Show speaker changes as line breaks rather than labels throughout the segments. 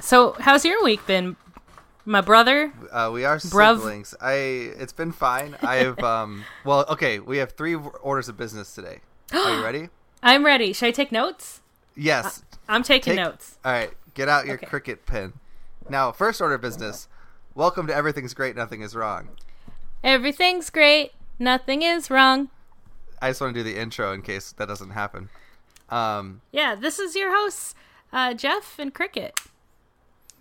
So, how's your week been, my brother?
Uh, we are
Bruv.
siblings. I. It's been fine. I've um. Well, okay. We have three orders of business today. Are you ready?
I'm ready. Should I take notes?
Yes.
I'm taking
Take-
Uh, notes.
All right, get out your
Okay.
cricket pin. Now, first order of business. Welcome to Everything's Great, Nothing Is Wrong.
Everything's great. Nothing is wrong.
I just want to do the intro in case that doesn't happen. Um,
Yeah, this is your hosts, uh, Jeff and Cricket.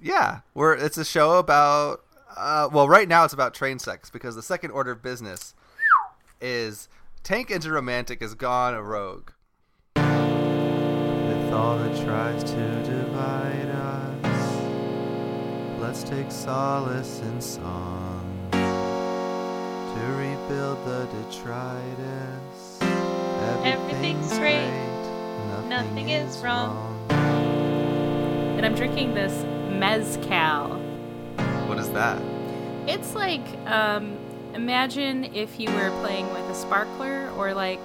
yeah, we're it's a show about. Uh, well, right now it's about train sex because the second order of business is Tank Engine Romantic has gone rogue.
With all that tries to divide us, let's take solace in song to rebuild the detritus.
Everything's great. Nothing is wrong. And I'm drinking this mezcal.
What is that?
It's like um, imagine if you were playing with a sparkler or like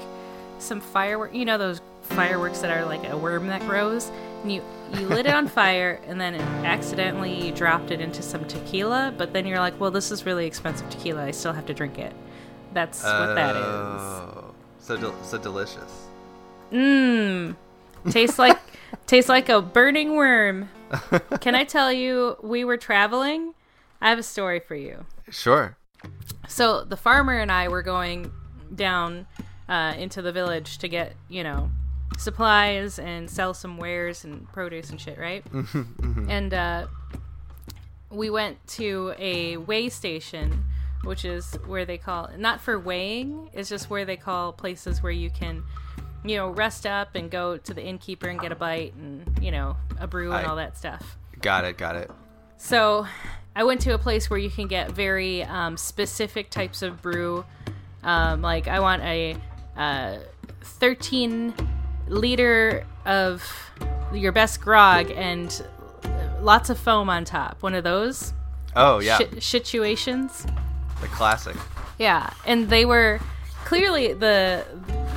some firework. You know those fireworks that are like a worm that grows, and you you lit it on fire, and then it accidentally you dropped it into some tequila. But then you're like, well, this is really expensive tequila. I still have to drink it. That's what that is.
Oh, So del- so delicious.
Mmm. Tastes like tastes like a burning worm. Can I tell you? We were traveling. I have a story for you.
Sure.
So the farmer and I were going down uh, into the village to get, you know, supplies and sell some wares and produce and shit, right? and uh, we went to a weigh station, which is where they call, not for weighing, it's just where they call places where you can, you know, rest up and go to the innkeeper and get a bite and, you know, a brew and
Aye.
all that stuff.
Got it. Got it.
So I went to a place where you can get very um, specific types of brew. Um, like I want a uh, 13 liter of your best grog and lots of foam on top. One of those
Oh yeah,
shi- situations.
the classic.
Yeah, and they were clearly the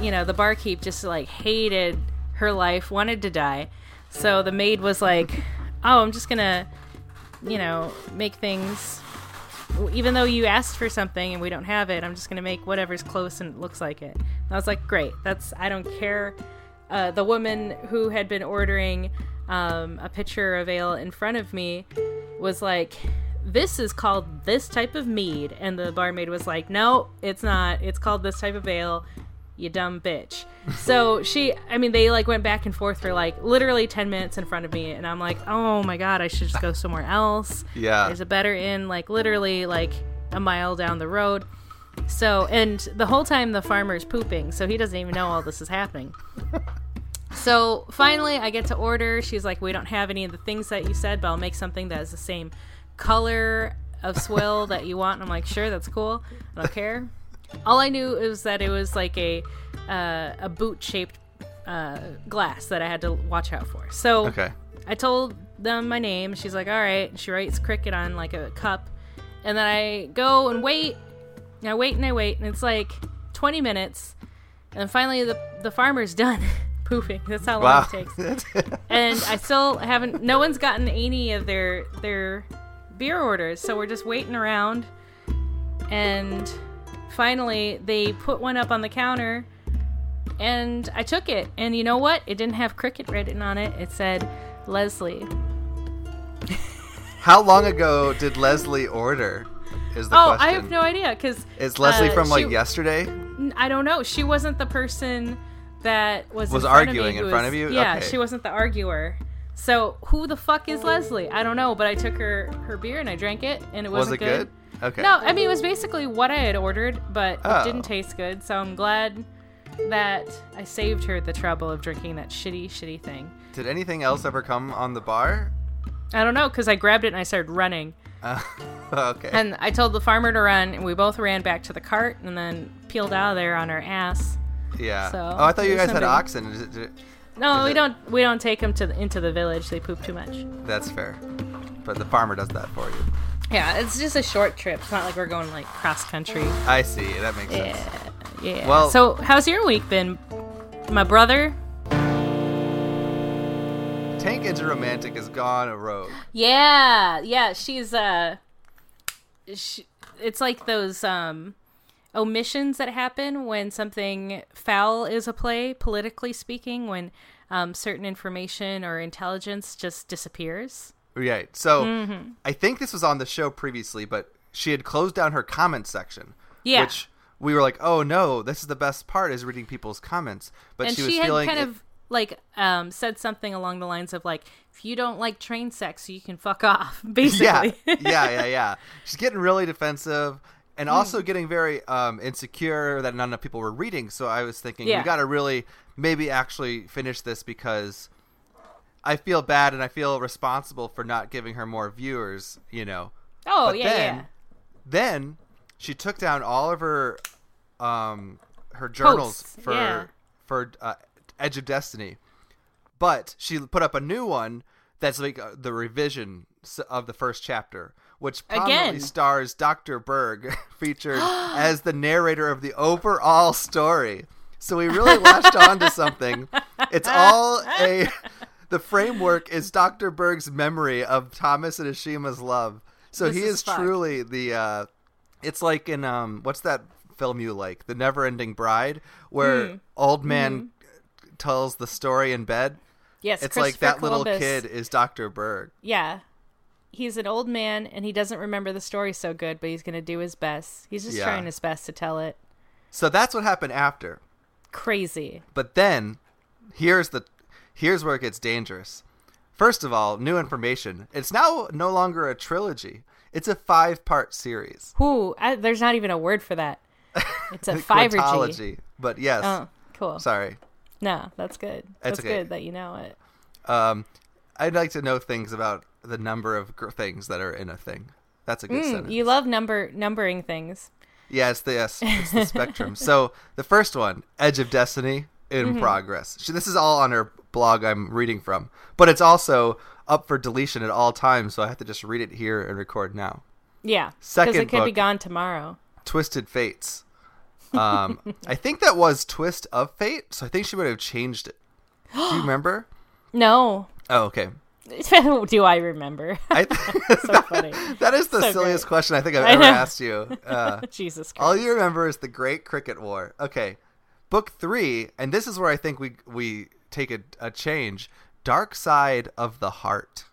you know the barkeep just like hated her life, wanted to die. So the maid was like, "Oh, I'm just gonna, you know, make things." Even though you asked for something and we don't have it, I'm just gonna make whatever's close and it looks like it. And I was like, "Great, that's I don't care." Uh, the woman who had been ordering um, a pitcher of ale in front of me was like, "This is called this type of mead," and the barmaid was like, "No, it's not. It's called this type of ale." You dumb bitch. So she, I mean, they like went back and forth for like literally ten minutes in front of me, and I'm like, "Oh my god, I should just go somewhere else."
Yeah.
there's a better inn like literally like a mile down the road. So, and the whole time the farmer's pooping, so he doesn't even know all this is happening. So finally, I get to order. She's like, "We don't have any of the things that you said, but I'll make something that is the same color of swill that you want." And I'm like, "Sure, that's cool. I don't care." All I knew is that it was like a uh, a boot shaped uh, glass that I had to watch out for. So
Okay.
I told them my name. She's like, all right. And She writes cricket on like a cup. And then I go and wait. And I wait and I wait. And it's like 20 minutes. And finally, the, the farmer's done pooping. That's how long
Wow.
it takes. And I still haven't, no one's gotten any of their, their beer orders. So we're just waiting around. And finally, they put one up on the counter. And I took it. And you know what? It didn't have cricket written on it. It said, Leslie.
How long ago did Leslie order? Is the
Oh,
question.
I have no idea because
Is Leslie
uh,
from like
she-
yesterday?
I don't know. She wasn't the person that was
Was
in front
arguing
of me,
in
who
front
was-
of you?
Yeah,
Okay.
she wasn't the arguer. So who the fuck is Leslie? I don't know, but I took her her beer and I drank it, and it
Was
wasn't
it good? Okay.
No, I mean it was basically what I had ordered, but
Oh.
it didn't taste good. So I'm glad that I saved her the trouble of drinking that shitty, shitty thing.
Did anything else ever come on the bar?
I don't know because I grabbed it and I started running.
Uh, okay.
And I told the farmer to run, and we both ran back to the cart and then peeled out of there on our ass.
yeah.
so,
oh, I thought you
there's
guys had
somebody-
oxen. Is it- did-
No,
Is
we
it-
don't. We don't take them to the, into the village. They poop too much.
That's fair. But the farmer does that for you.
Yeah, it's just a short trip. It's not like we're going like cross country.
I see. That makes sense.
Yeah, yeah.
Well-
so how's your week been, my brother?
Tank is a romantic has gone a rogue.
Yeah, yeah, she's uh she, it's like those um omissions that happen when something foul is a play politically speaking when um, certain information or intelligence just disappears.
Right. So
Mm-hmm.
I think this was on the show previously, but she had closed down her comment section.
Yeah.
Which we were like, oh no, this is the best part is reading people's comments. But
and
she
she,
was
had
feeling
kind
it-
of like um, said something along the lines of like if you don't like train sex you can fuck off
yeah,
basically Hmm.
yeah, yeah, yeah. She's getting really defensive and also getting very um, insecure that not enough people were reading. So I was thinking,
Yeah.
we got to really maybe actually finish this because I feel bad and I feel responsible for not giving her more viewers, you know.
oh
But
yeah
then,
yeah
Then she took down all of her um, her journals
Posts,
for
yeah.
for uh, Edge of Destiny, but she put up a new one that's like uh, the revision s- of the first chapter, which prominently
Again.
stars Doctor Berg featured as the narrator of the overall story. So we really latched on to something. It's all a. The framework is Dr. Berg's memory of Thomas and Ashima's love. So
This
he
is
is
fucked.
truly the uh it's like in um what's that film you like? The Never Ending Bride, where
Hmm.
old man tells the story in bed.
yes
It's like
Hmm. Christopher
that little
Columbus.
kid is Dr. Berg.
yeah he's an old man and he doesn't remember the story so good but he's gonna do his best he's just
Yeah.
trying his best to tell it
So that's what happened after.
crazy
But then here's the here's where it gets dangerous. First of all, new information. It's now no longer a trilogy. It's a five-part series.
who I, there's not even a word for that it's a fivergy
Quintology. But yes.
oh cool
Sorry.
no that's good
That's
that's,
okay.
good that you know it
Um, I'd like to know things about the number of gr- things that are in a thing. That's a good
Mm,
sentence.
you love number numbering things
yeah, it's the, yes, it's the spectrum. So the first one, Edge of Destiny in
Mm-hmm.
progress. She, this is all on her blog I'm reading from, but it's also up for deletion at all times, so I have to just read it here and record now.
yeah because
Second
it could be
book.
gone tomorrow
Twisted Fates. Um, I think that was Twist of Fate, so I think she would have changed it. Do you remember?
no
Oh, okay.
do i remember
I th-
so funny
that is the
So
silliest
great.
question I think I've
I
ever
know.
asked you. Uh,
jesus
All
christ
you remember is the Great Cricket War. Okay, book three, and this is where I think we we take a, a change. Dark Side of the Heart.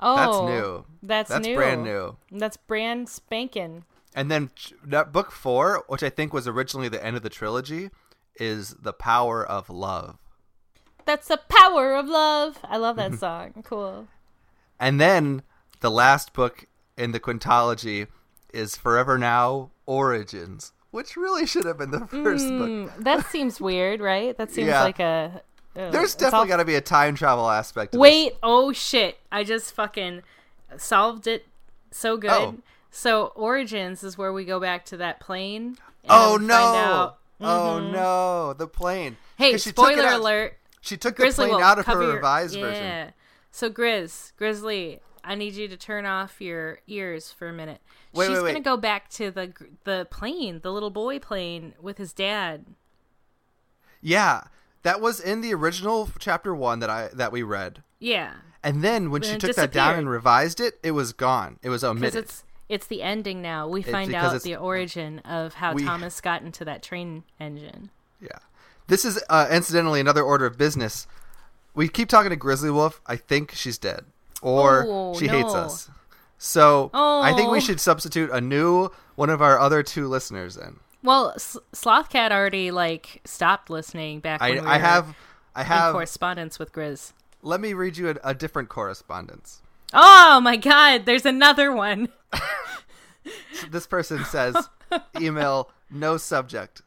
That's
oh
new.
that's,
That's
new
brand new.
that's brand spanking
And then ch- that book four, which I think was originally the end of the trilogy, is the Power of Love.
that's the power of love i love that song cool
And then the last book in the quintology is Forever Now Origins, which really should have been the first book.
Mm, that seems weird right that seems
Yeah.
like a uh,
There's
it's all-
definitely got to be a time travel aspect. To this.
Wait, oh shit. I just fucking solved it so good.
Oh.
So Origins is where we go back to that plane. and
Oh
we find
no!
out- Mm-hmm.
Oh no! The plane.
Hey,
'Cause she took it
spoiler
out-
alert.
She took the
Grizzly
plane
will
out of her
cover your-
revised version.
Yeah. So Grizz, Grizzly, I need you to turn off your ears for a minute.
Wait,
She's
wait, wait.
gonna go back to the gr- the plane, the little boy plane with his dad.
Yeah, that was in the original chapter one that I that we read,
Yeah,
and then when she
Then it
took that down
disappeared.
and revised it, it was gone. It was
because
omitted.
it's it's the ending now. We find
because
out
it's-
the origin of how
we-
Thomas got into that train engine.
Yeah. This is uh, incidentally another order of business. We keep talking to Grizzly Wolf. I think she's dead, or
Oh,
she hates
no.
us. So I think we
Oh.
should substitute a new one of our other two listeners in.
Well, S- Slothcat already like stopped listening back
I,
when we
I
were
have, I
in
have
correspondence with Grizz.
Let me read you a, a different correspondence.
Oh my God! There's another one.
This person says, email no subject.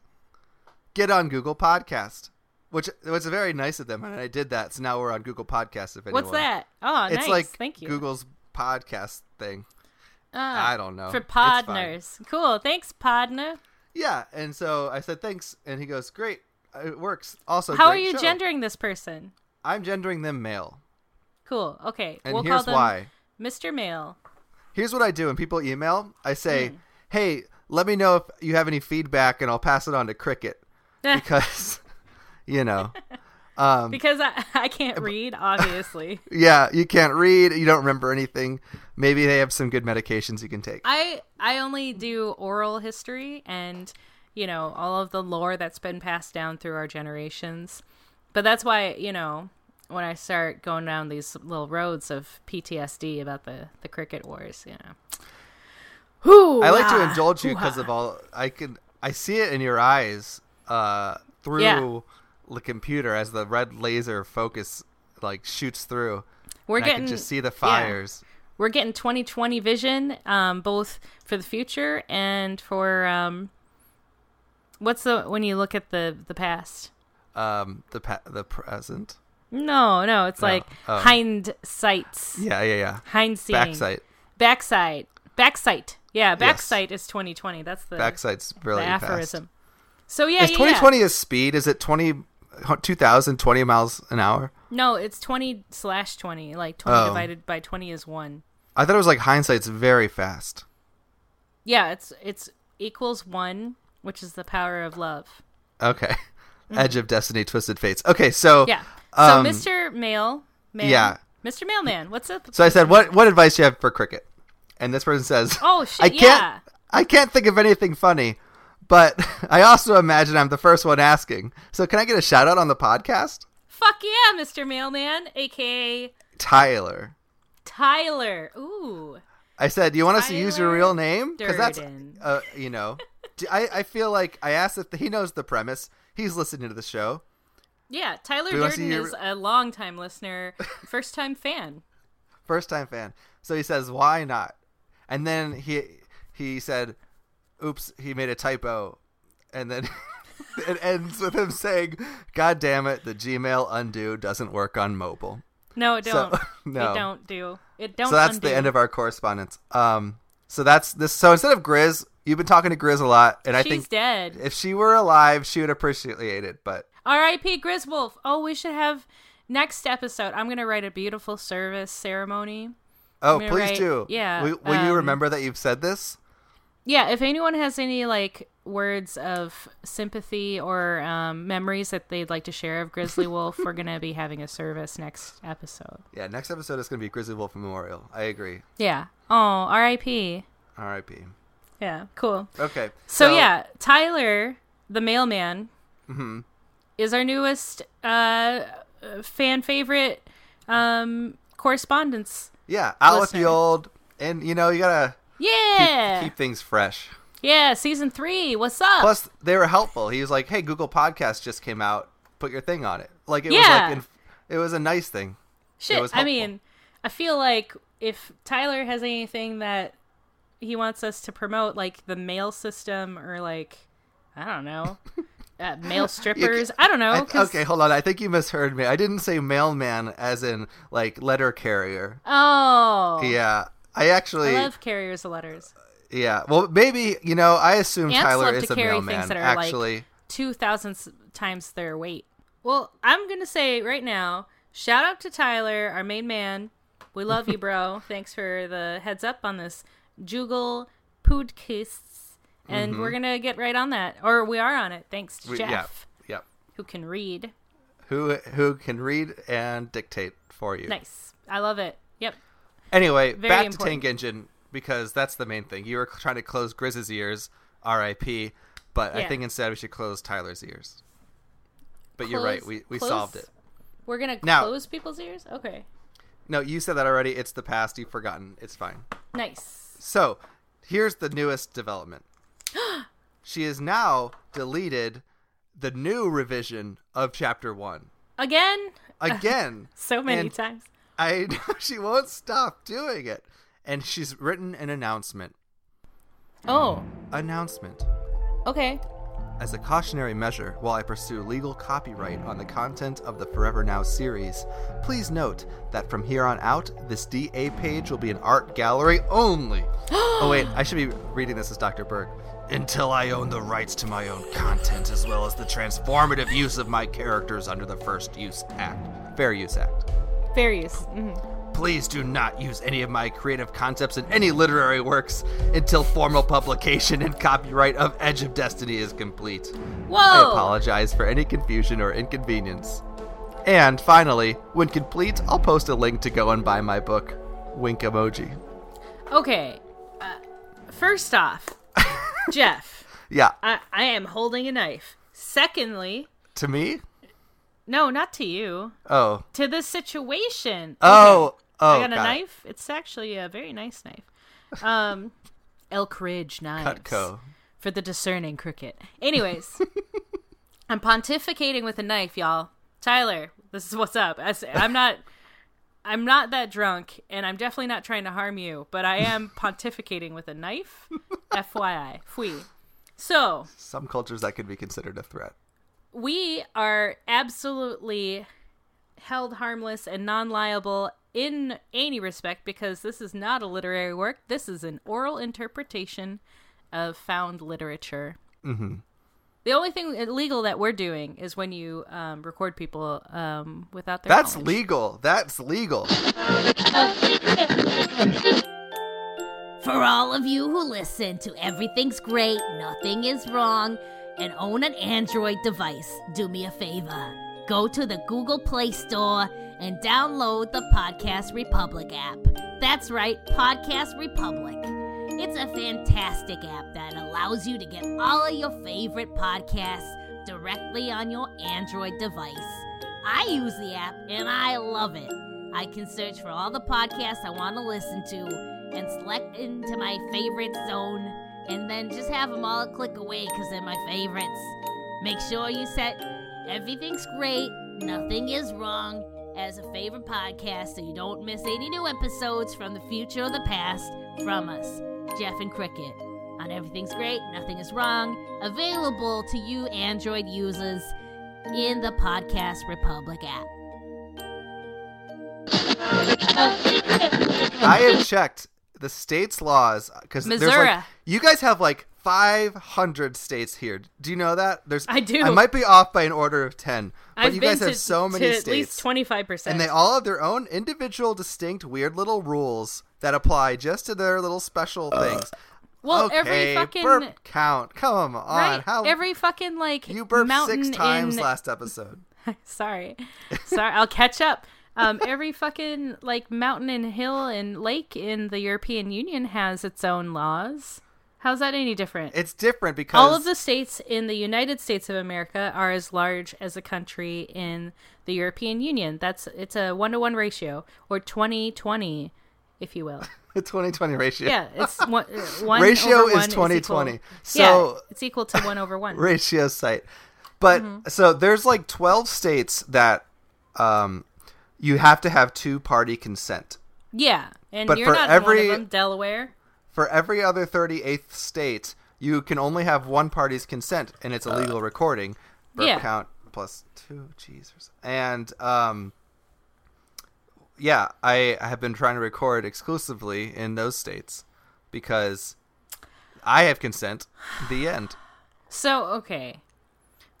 Get on Google Podcast, which was very nice of them, and I did that. So now we're on Google Podcast. If anyone,
What's that? Oh,
It's
nice.
like
Thank you.
Google's podcast thing.
Ah,
I don't know
for
Oh, It's fine.
podners. Cool. Thanks, podner.
Yeah, and so I said thanks, and he goes, "Great, uh, it works." Also,
How are
great
you
show."
gendering this person?
I'm gendering them male,
Cool. Okay.
and
we'll
here's
call them
why.
Mr. Male.
Here's what I do when people email. I
Hmm.
say, "Hey, let me know if you have any feedback, and I'll pass it on to Cricket." because you know Um,
because I, I can't read, obviously.
yeah, you can't read. You don't remember anything. Maybe they have some good medications you can take.
I I only do oral history and you know all of the lore that's been passed down through our generations. But that's why you know when I start going down these little roads of PTSD about the the cricket wars, you know. Whew,
I like to
ah,
indulge you because
hoo-ha.
of all I can. I see it in your eyes uh, through
Yeah.
the computer as the red laser focus like shoots through.
We're
and I
getting
can just see the
yeah.
fires.
We're getting 2020 vision, um, both for the future and for um, what's the when you look at the the past.
Um, the pa- the present.
No, no, it's
No.
like
Oh.
hind sights.
Yeah, yeah, yeah.
Hindsight.
Backsight.
Backside. Backside. Yeah,
Yes.
backside is 2020. That's the,
Backsight's
the
really fast.
aphorism. So yeah,
is
yeah,
2020 is speed? Is it 20, 2,020 miles an hour?
yeah. No, it's 20 slash 20. Like 20
Oh.
divided by 20 is one.
I thought it was like hindsight's very fast.
Yeah, it's it's equals one, which is the power of love.
Okay. Edge of Destiny, Twisted Fates. Okay, so
Mm-hmm. Yeah. So
um,
Mr. Mail. Man,
yeah.
Mr. Mailman, what's up?
So I said, "What what advice do you have for cricket?" And this person says,
Oh, shit,
I can't
yeah.
I can't think of anything funny, but I also imagine I'm the first one asking. So can I get a shout out on the podcast,
Fuck yeah, Mr. Mailman, aka
Tyler?"
Tyler. Ooh.
I said, "You want us to use your
Tyler
real name?" Because that's
Durden.
uh, you know, d- I I feel like I asked if he knows the premise. He's listening to the show.
Yeah, Tyler
we wanna see
Durden
your-
is a longtime listener, first time fan.
first time fan. So he says, "Why not?" And then he he said, "Oops, he made a typo," and then it ends with him saying, "God damn it, the Gmail undo doesn't work on mobile."
No, it
So-
don't.
no.
It don't do. It don't.
so that's
undo.
the end of our correspondence. Um, so that's this. So instead of Grizz, you've been talking to Grizz a lot, and I
She's
think
dead.
if she were alive, she would appreciate it. But
R.I.P. Griswolf. Oh, we should have next episode. I'm gonna write a beautiful service ceremony.
oh,
gonna
please
write-
do.
yeah,
Will, will you
um,
remember that you've said this?
Yeah, if anyone has any like words of sympathy or um, memories that they'd like to share of Grizzly Wolf, we're gonna be having a service next episode.
Yeah. Next episode is going to be Grizzly Wolf Memorial. I agree.
Yeah. Oh, R.I.P.
R.I.P.
Yeah. Cool.
Okay.
So, yeah, Tyler, the mailman,
Mm-hmm.
is our newest uh, fan favorite um, correspondence.
Yeah, out with the
Listener.
old, and you know you gotta keep,
Yeah,
keep things fresh.
yeah, season three. What's up?
Plus, they were helpful. He was like, "Hey, Google Podcast just came out. Put your thing on it." Like it
Yeah.
was like in, it was a nice thing.
Shit,
was
I
helpful.
mean, I feel like if Tyler has anything that he wants us to promote, like the mail system or like I don't know, uh, male strippers. I don't know.
I-
Oh, 'cause-
okay, hold on. I think you misheard me. I didn't say mailman as in like letter carrier.
Oh,
Yeah, I actually.
I love carriers of letters.
yeah, well, maybe you know. I assume
Ants
Tyler
love
is
to
a
carry things
mailman.
that are, like,
actually,
two thousand times their weight. Well, I'm gonna say right now, shout out to Tyler, our main man. We love you, bro. Thanks for the heads up on this Jugal Poodkists. And we're gonna get right on that. Or we are on it, thanks to
Mm-hmm. we-
Jeff,
yeah, yeah.
who can read.
Who who can read and dictate for you?
Nice. I love it. Yep.
Anyway,
Very
back to
important.
Tank Engine because that's the main thing. You were trying to close Grizz's ears, R.I.P. But I
Yeah.
think instead we should close Tyler's ears. But you're right.
Close-
We we
close-
solved it.
We're gonna
Now-
close people's ears? Okay.
No, you said that already. It's the past. You've forgotten. It's fine.
Nice.
So here's the newest development. she has now deleted the new revision of chapter one
Again?
again.
So many
And-
times.
I know she won't stop doing it, and she's written an announcement.
Oh.
Announcement.
Okay.
As a cautionary measure, while I pursue legal copyright on the content of the Forever Now series, please note that from here on out, this DA page will be an art gallery only. oh, wait, I should be reading this as Dr. Berg. Until I own the rights to my own content as well as the transformative use of my characters under the First Use Act. Fair Use Act.
Fair use. Mhm.
Please do not use any of my creative concepts in any literary works until formal publication and copyright of Edge of Destiny is complete.
Whoa.
I apologize for any confusion or inconvenience. And finally, when complete, I'll post a link to go and buy my book, Wink Emoji.
Okay. Uh, first off, Jeff,
Yeah,
I, I am holding a knife. Secondly,
to me?
no, not to you,
Oh.
to this situation.
Oh,
I
oh.
got a
it.
knife. It's actually a very nice knife. Um, Elk Ridge knives
Cutco.
for the discerning cricket. Anyways, I'm pontificating with a knife, y'all. Tyler, this is what's up. I say- I'm not. I'm not that drunk, and I'm definitely not trying to harm you, but I am pontificating with a knife. FYI. Fui. So,
Some cultures that could be considered a threat.
we are absolutely held harmless and non-liable in any respect because this is not a literary work. This is an oral interpretation of found literature. Mm-hmm. The only thing illegal that we're doing is when you um, record people um, without their
That's
knowledge.
legal. That's legal.
For all of you who listen to Everything's Great, Nothing Is Wrong, and own an Android device, do me a favor. Go to the Google Play Store and download the Podcast Republic app. That's right, Podcast Republic. It's a fantastic app that allows you to get all of your favorite podcasts directly on your Android device. I use the app and I love it. I can search for all the podcasts I want to listen to and select into my favorite zone and then just have them all a click away because they're my favorites. Make sure you set everything's great, nothing is wrong as a favorite podcast so you don't miss any new episodes from the future or the past from us, Jeff and Cricket. On Everything's Great, Nothing Is Wrong, available to you Android users in the Podcast Republic app.
I have checked the state's laws because
Missouri.
Like, you guys have like 500 states here. Do you know that? There's
I do.
I might be off by an order of 10, but
I've
you
been
guys
to,
have so many
to
states.
at least twenty five percent.
and they all have their own individual, distinct, weird little rules that apply just to their little special things.
well,
okay,
every fucking
burp count. Come on,
right,
how
every fucking like
you burped
mountain
six times
in,
last episode.
Sorry. Sorry, I'll catch up. Um, every fucking like mountain and hill and lake in the European Union has its own laws. How's that any different?
It's different because
All of the states in the United States of America are as large as a country in the European Union. That's it's a one to one ratio or 2020, if you will.
2020 ratio.
Yeah, it's one, uh, one
Ratio
over
is
one
2020.
equal-
So-
yeah, it's equal to one over one.
ratio site. But
Mm-hmm.
so there's like 12 states that um, you have to have two party consent.
yeah, and
But
you're
for
not
every-
one of them, Delaware.
For every other 38th state, you can only have one party's consent, and it's a legal recording. Burp
Yeah.
count plus two. Jesus. And um, yeah, I, I have been trying to record exclusively in those states because I have consent. The end.
So, okay.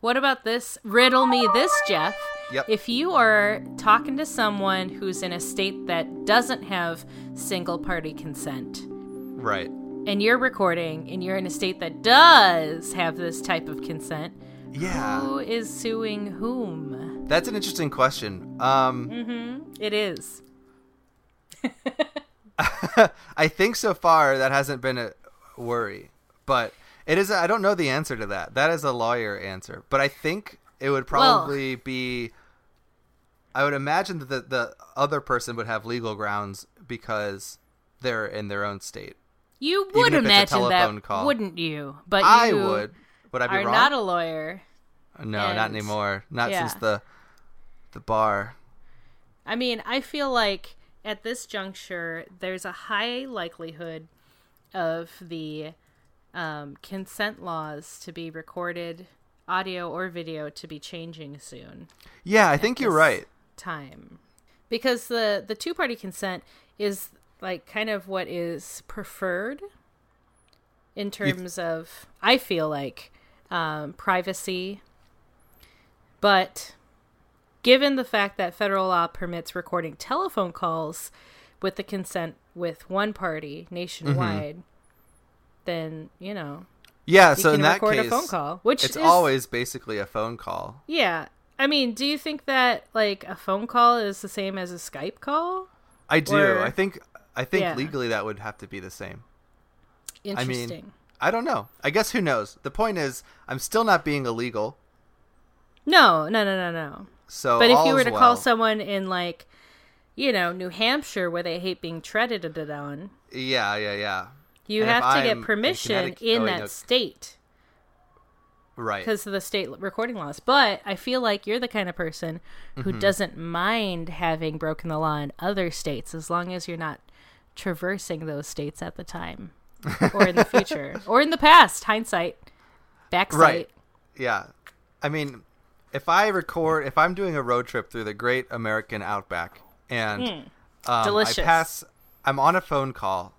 What about this? Riddle me this, Jeff.
Yep.
If you are talking to someone who's in a state that doesn't have single party consent,
Right.
and you're recording and you're in a state that does have this type of consent,
Yeah.
who is suing whom?
That's an interesting question. Um,
It is.
I think so far that hasn't been a worry, but it is. I don't know the answer to that. That is a lawyer answer, but I think it would probably be. I would imagine that the, the other person would have legal grounds because they're in their own state.
You would
if it's a
imagine
telephone
that,
call.
wouldn't you? But
I
you
would. Would I be
are
wrong?
not a lawyer.
no, not
and-
anymore. Not
yeah.
since the the bar.
I mean, I feel like at this juncture, there's a high likelihood of the um, consent laws to be recorded, audio or video, to be changing soon.
Yeah, I think you're
this
right.
Time, because the the two party consent is like kind of what is preferred in terms of I feel like um, privacy, but given the fact that federal law permits recording telephone calls with the consent with one party
Mm-hmm.
nationwide, then you know
Yeah,
you
so
can
in that
record
case,
a phone call, which
it's
is
always basically a phone call.
yeah. I mean, do you think that like a phone call is the same as a Skype call?
I do.
Or-
I think I think
Yeah.
legally that would have to be the same. I
Interesting.
mean, I don't know. I guess who knows. The point is, I'm still not being illegal.
no, no, no, no, no.
So,
But if
all
you were
is
to
well.
call someone in like, you know, New Hampshire where they hate being treaded on,
yeah, yeah, yeah,
you
And if
have to
I'm
get
in
permission
Connecticut-
in
oh, wait,
that
no.
state
right.
because of the state recording laws. But I feel like you're the kind of person who
Mm-hmm.
doesn't mind having broken the law in other states as long as you're not traversing those states at the time or in the future or in the past. Hindsight, backside.
Right. Yeah. I mean, if I record, if I'm doing a road trip through the great American outback and um,
Hmm. Delicious.
I pass, I'm on a phone call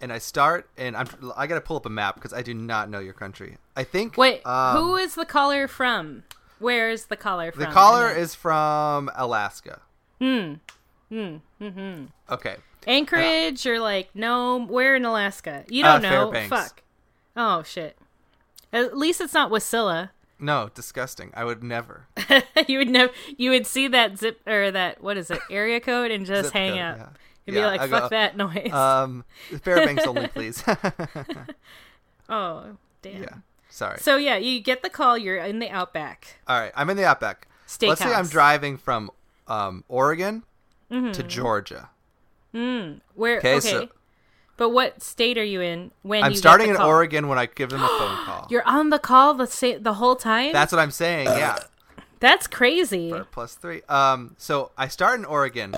and I start and I'm, I got to pull up a map because I do not know your country. I think.
Wait,
um,
who is the caller from? Where is the caller from? uh,
The caller
I mean,
is from Alaska. Hmm. Hmm. Mm-hmm. Okay.
Anchorage or like no, where in Alaska? You don't
Uh,
know.
Fairbanks.
Fuck. Oh shit. At least it's not Wasilla.
No, disgusting. I would never.
you would know. You would see that zip or that what is it area code and just
Zip
hang
code,
up.
yeah.
You'd
Yeah,
be like,
I
"Fuck
go-
that noise."
Um, Fairbanks only, please.
oh damn.
yeah. Sorry.
So yeah, you get the call. You're in the outback.
All right. I'm in the outback. Let's say I'm
Steakhouse.
driving from um, Oregon to
Mm-hmm.
Georgia.
Where? Okay.
Okay, so-
but what state are you in when
I'm
you
starting
get
in
the call?
Oregon when I give them a phone call.
You're on the call the sa- the whole time.
That's what I'm saying. Yeah.
That's crazy.
Or plus three. Um. So I start in Oregon.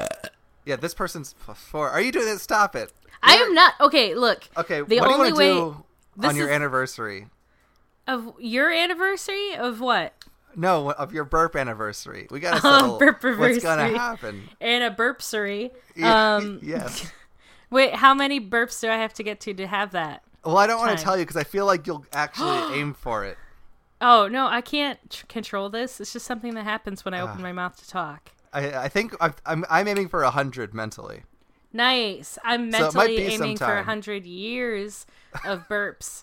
Yeah. This person's f- four. Are you doing this? Stop it.
I am not okay. Look,
Okay.
The
what
only
do you
way
want to do
this
on your
is-
anniversary?
of your anniversary of what
No, of your burp anniversary. We gotta settle
burp
what's gonna
anniversary.
happen.
and a burpsery. Um,
yes.
Wait, how many burps do I have to get to to have that?
Well, I don't want
time.
to tell you because I feel like you'll actually aim for it.
Oh no, I can't tr- control this. It's just something that happens when I
Ah.
open my mouth to talk.
I, I think I'm, I'm, I'm aiming for hundred mentally.
Nice. I'm
So it might
mentally
be
aiming for a
sometime.
hundred years of burps,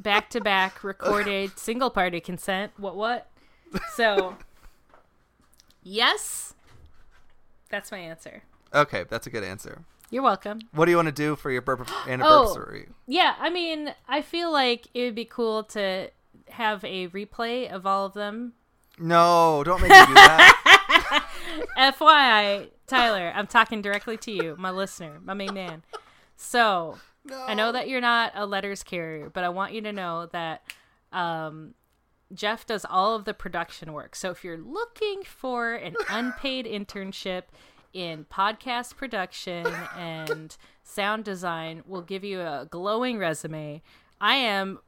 back to back, recorded, single party consent. What what? So, yes, that's my answer.
Okay, that's a good answer.
You're welcome.
What do you want to do for your burp
Oh.
anniversary?
Yeah, I mean, I feel like it would be cool to have a replay of all of them.
No, don't make me do that.
FYI, Tyler, I'm talking directly to you, my listener, my main man. So,
No.
I know that you're not a letters carrier, but I want you to know that um, Jeff does all of the production work. So if you're looking for an unpaid internship in podcast production and sound design, we'll give you a glowing resume. I am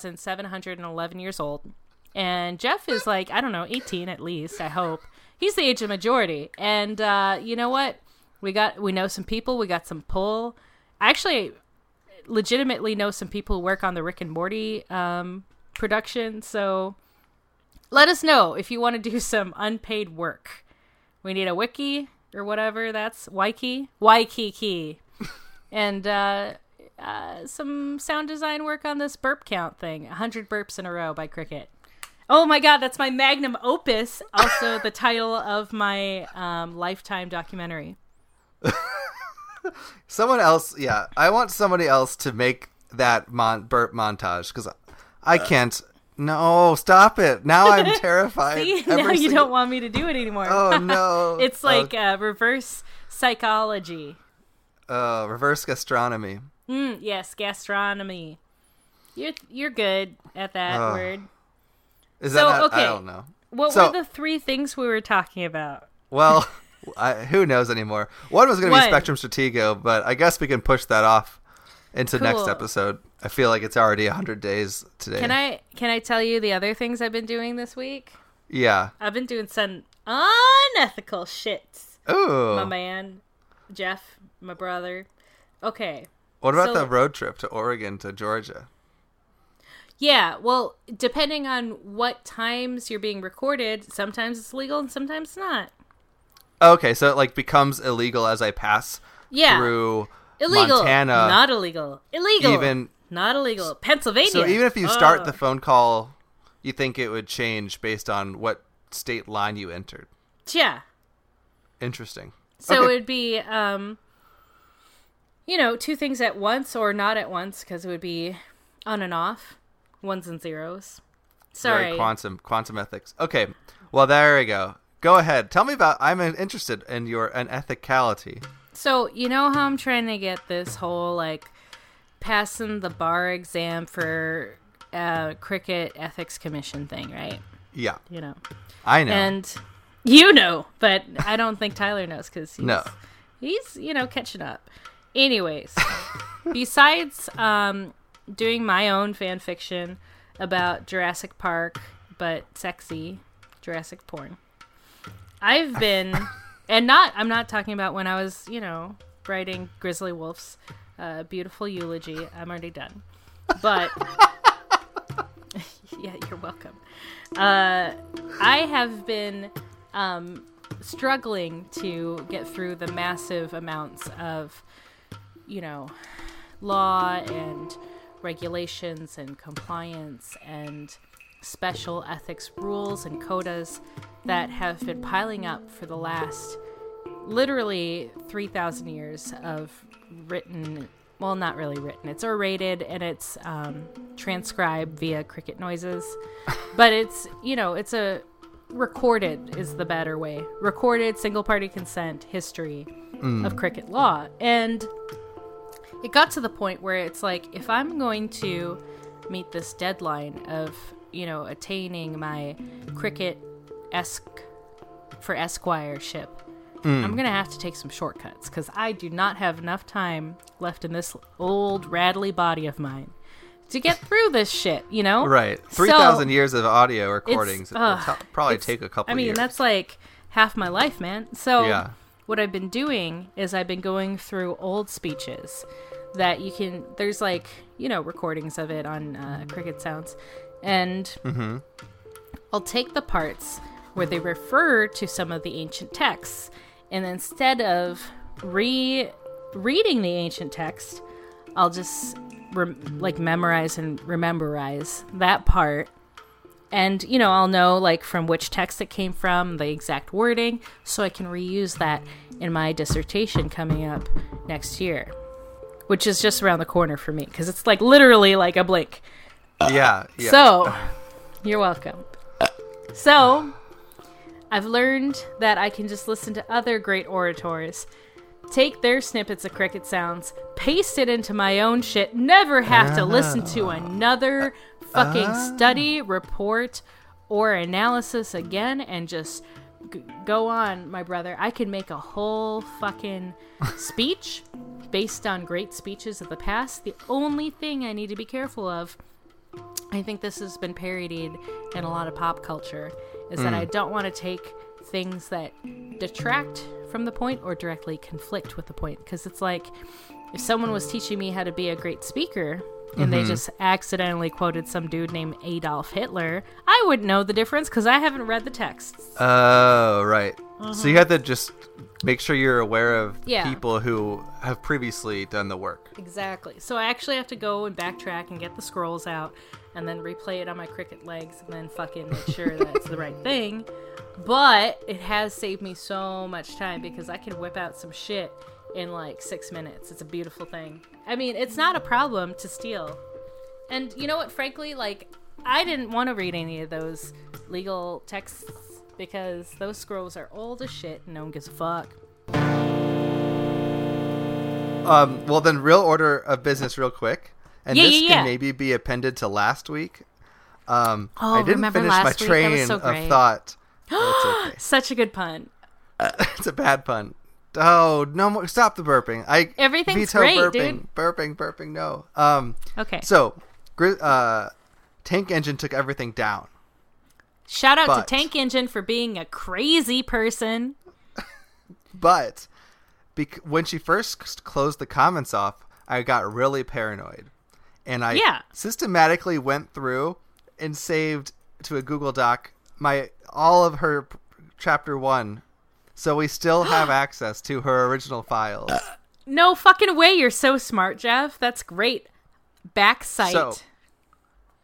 4,711 years old. And Jeff is like, I don't know, 18 at least, I hope. He's the age of majority. And uh, you know what? We got we know some people, we got some pull. I actually legitimately know some people who work on the Rick and Morty um, production, so let us know if you want to do some unpaid work. We need a wiki or whatever that's wiki waikiki and uh, uh, some sound design work on this burp count thing 100 burps in a row by cricket oh my god that's my magnum opus also the title of my um, lifetime documentary
Someone else, yeah. I want somebody else to make that mon- burp montage because I can't. No, stop it. Now I'm terrified.
See,
Every
now you
single-
don't want me to do it anymore
Oh no.
It's
Oh,
like uh, reverse psychology.
uh, reverse gastronomy.
Mm, yes, gastronomy. You're you're good at that
Ugh.
word.
Is
So,
that not,
okay.
I don't know.
What
Ah. So-
were the three things we were talking about?
Well, I, who knows anymore? One was going to be
One.
Spectrum Stratego, but I guess we can push that off into next
Cool.
episode. I feel like it's already 100 days today.
Can I can I tell you the other things I've been doing this week?
Yeah.
I've been doing some unethical shit, my
Ooh.
man, Jeff, my brother. Okay.
What about
so-
the road trip to Oregon to Georgia?
Yeah, well, depending on what times you're being recorded, sometimes it's legal and sometimes it's not.
Okay, so it like becomes illegal as I pass
Yeah.
through
illegal
Montana.
not illegal illegal
Even-
not illegal pennsylvania
so even if you start
Oh.
the phone call, you think it would change based on what state line you entered.
Oh, Yeah.
Interesting.
So
Okay.
it would be, um, you know, two things at once or not at once because it would be on and off, ones and zeros.
Very
Sorry.
quantum quantum ethics. Okay. Well, there we go. Go ahead. Tell me about. I'm interested in your unethicality.
So you know how I'm trying to get this whole like passing the bar exam for uh, cricket ethics commission thing, right?
Yeah,
You know,
I know.
and you know, but I don't think Tyler knows because he's
No.
he's you know catching up. Anyways, besides um, doing my own fan fiction about Jurassic Park, but sexy Jurassic porn, I've been, and not I'm not talking about when I was you know writing Grizzly Wolf's uh, beautiful eulogy. I'm already done, but. Yeah, you're welcome. Uh, I have been um, struggling to get through the massive amounts of, you know, law and regulations and compliance and special ethics rules and codas that have been piling up for the last literally 3,000 years of written, well, not really written, it's orated and it's um, transcribed via cricket noises. But it's, you know, it's a recorded, is the better way. Recorded single party consent history
Mm.
of cricket law. And it got to the point where it's like, if I'm going to meet this deadline of, you know, attaining my cricket esque for Esquireship,
Mm.
I'm gonna have to take some shortcuts because I do not have enough time left in this old rattly body of mine to get through this shit. You know,
right. Three
So-
thousand years of audio recordings. It will
ugh,
t- probably
it's-
take a couple.
I mean,
years.
that's like half my life, man. So
Yeah.
what I've been doing is I've been going through old speeches that you can. There's like you know recordings of it on uh, Cricket Sounds, and
Mm-hmm.
I'll take the parts where they refer to some of the ancient texts, and instead of re reading the ancient text, I'll just rem- like memorize and rememberize that part and you know i'll know like from which text it came from the exact wording so i can reuse that in my dissertation coming up next year which is just around the corner for me because it's like literally like a blink
yeah. yeah.
so, you're welcome. So, I've learned that I can just listen to other great orators, take their snippets of cricket sounds, paste it into my own shit, never have to listen to another fucking study, report, or analysis again, and just g- go on, my brother. I can make a whole fucking speech based on great speeches of the past. The only thing I need to be careful of I think this has been parodied in a lot of pop culture is that I don't want to take things that detract from the point or directly conflict with the point because it's like if someone was teaching me how to be a great speaker and they just accidentally quoted some dude named Adolf Hitler, I would know the difference because I haven't read the texts.
Oh, right. So you have to just make sure you're aware of
Uh-huh. Yeah.
people who have previously done the work.
Exactly. So I actually have to go and backtrack and get the scrolls out and then replay it on my cricket legs and then fucking make sure that's the right thing. But it has saved me so much time because I can whip out some shit in like six minutes. It's a beautiful thing. I mean, it's not a problem to steal. And you know what, frankly, like, I didn't want to read any of those legal texts because those scrolls are old as shit and no one gives a fuck.
Um, well, then, real order of business, real quick, and
Yeah,
this
yeah, yeah.
can maybe be appended to last week. Um,
Oh,
I didn't
remember
finish
last
my
week? That was
train
so
of
great.
thought. That's okay.
Such a good pun.
it's a bad pun. Oh no! More, stop the burping. I
Everything's
veto
great,
burping,
dude.
burping, burping. No. Um.
Okay.
So, Gri- uh, Tank Engine took everything down.
Shout out
But-
to Tank Engine for being a crazy person.
But bec- when she first closed the comments off, I got really paranoid. And I
Yeah.
systematically went through and saved to a Google Doc my all of her p- chapter 1. So we still have access to her original files.
No fucking way, you're so smart, Jeff. That's great. Backsite.
So-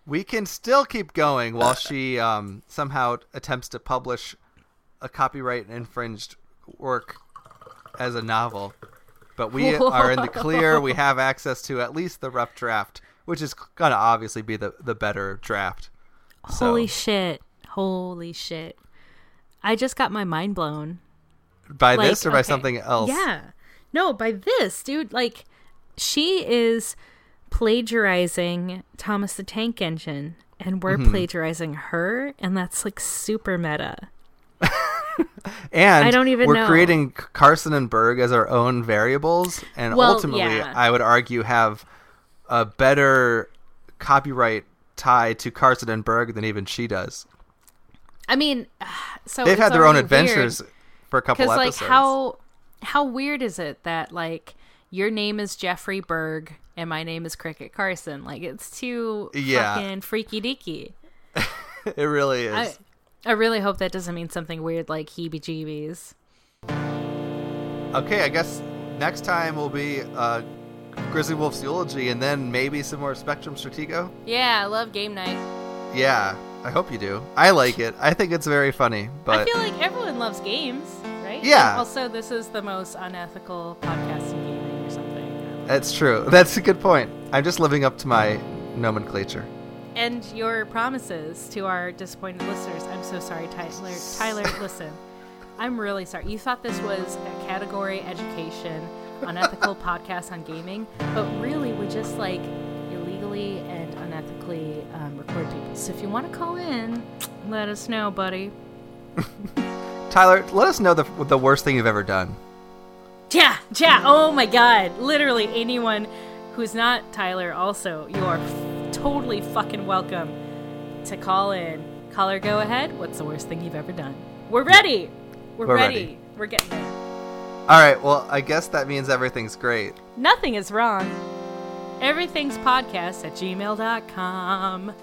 we can still keep going while she um, somehow attempts to publish a copyright infringed work as a novel. But we are in the clear. We have access to at least the rough draft, which is going to obviously be the, the better draft. So-
Holy shit. Holy shit. I just got my mind blown.
by
Like,
this or by
okay.
something else?
Yeah. No, by this, dude, like she is plagiarizing Thomas the Tank Engine and we're
Mm-hmm.
plagiarizing her and that's like super meta.
And
I don't even
we're
know.
creating C- Carson and Berg as our own variables, and
Well,
ultimately,
yeah.
I would argue have a better copyright tie to Carson and Berg than even she does.
I mean, so
They've
Oh, it's
had their own
already weird.
adventures for a couple
because like
episodes.
how how weird is it that like your name is Jeffrey Berg and my name is Cricket Carson? Like it's too
Yeah.
fucking freaky deaky.
it really is.
I I really hope that doesn't mean something weird like heebie jeebies.
Okay, I guess next time will be uh, Grizzly Wolf's eulogy, and then maybe some more Spectrum Stratego.
Yeah, I love game night.
Yeah, I hope you do. I like it. I think it's very funny,
I
but
feel like everyone loves games, right?
Yeah.
And also, this is the most unethical podcast in gaming or something.
that's true. That's a good point. I'm just living up to my nomenclature.
And your promises to our disappointed listeners. I'm so sorry, Tyler. Tyler, listen. I'm really sorry. You thought this was a category education, unethical podcast on gaming, but really we just like illegally and unethically um, record people. So if you want to call in, let us know, buddy.
Tyler, let us know the, the worst thing you've ever done.
Yeah, yeah. Oh my god. Literally anyone who's not Tyler also, you are f- totally fucking welcome to call in. Caller, go ahead. What's the worst thing you've ever done? We're ready. We're,
We're
ready.
ready.
We're getting there.
All right, well, I guess that means everything's great.
Nothing is wrong. Everything's podcast at gmail.com.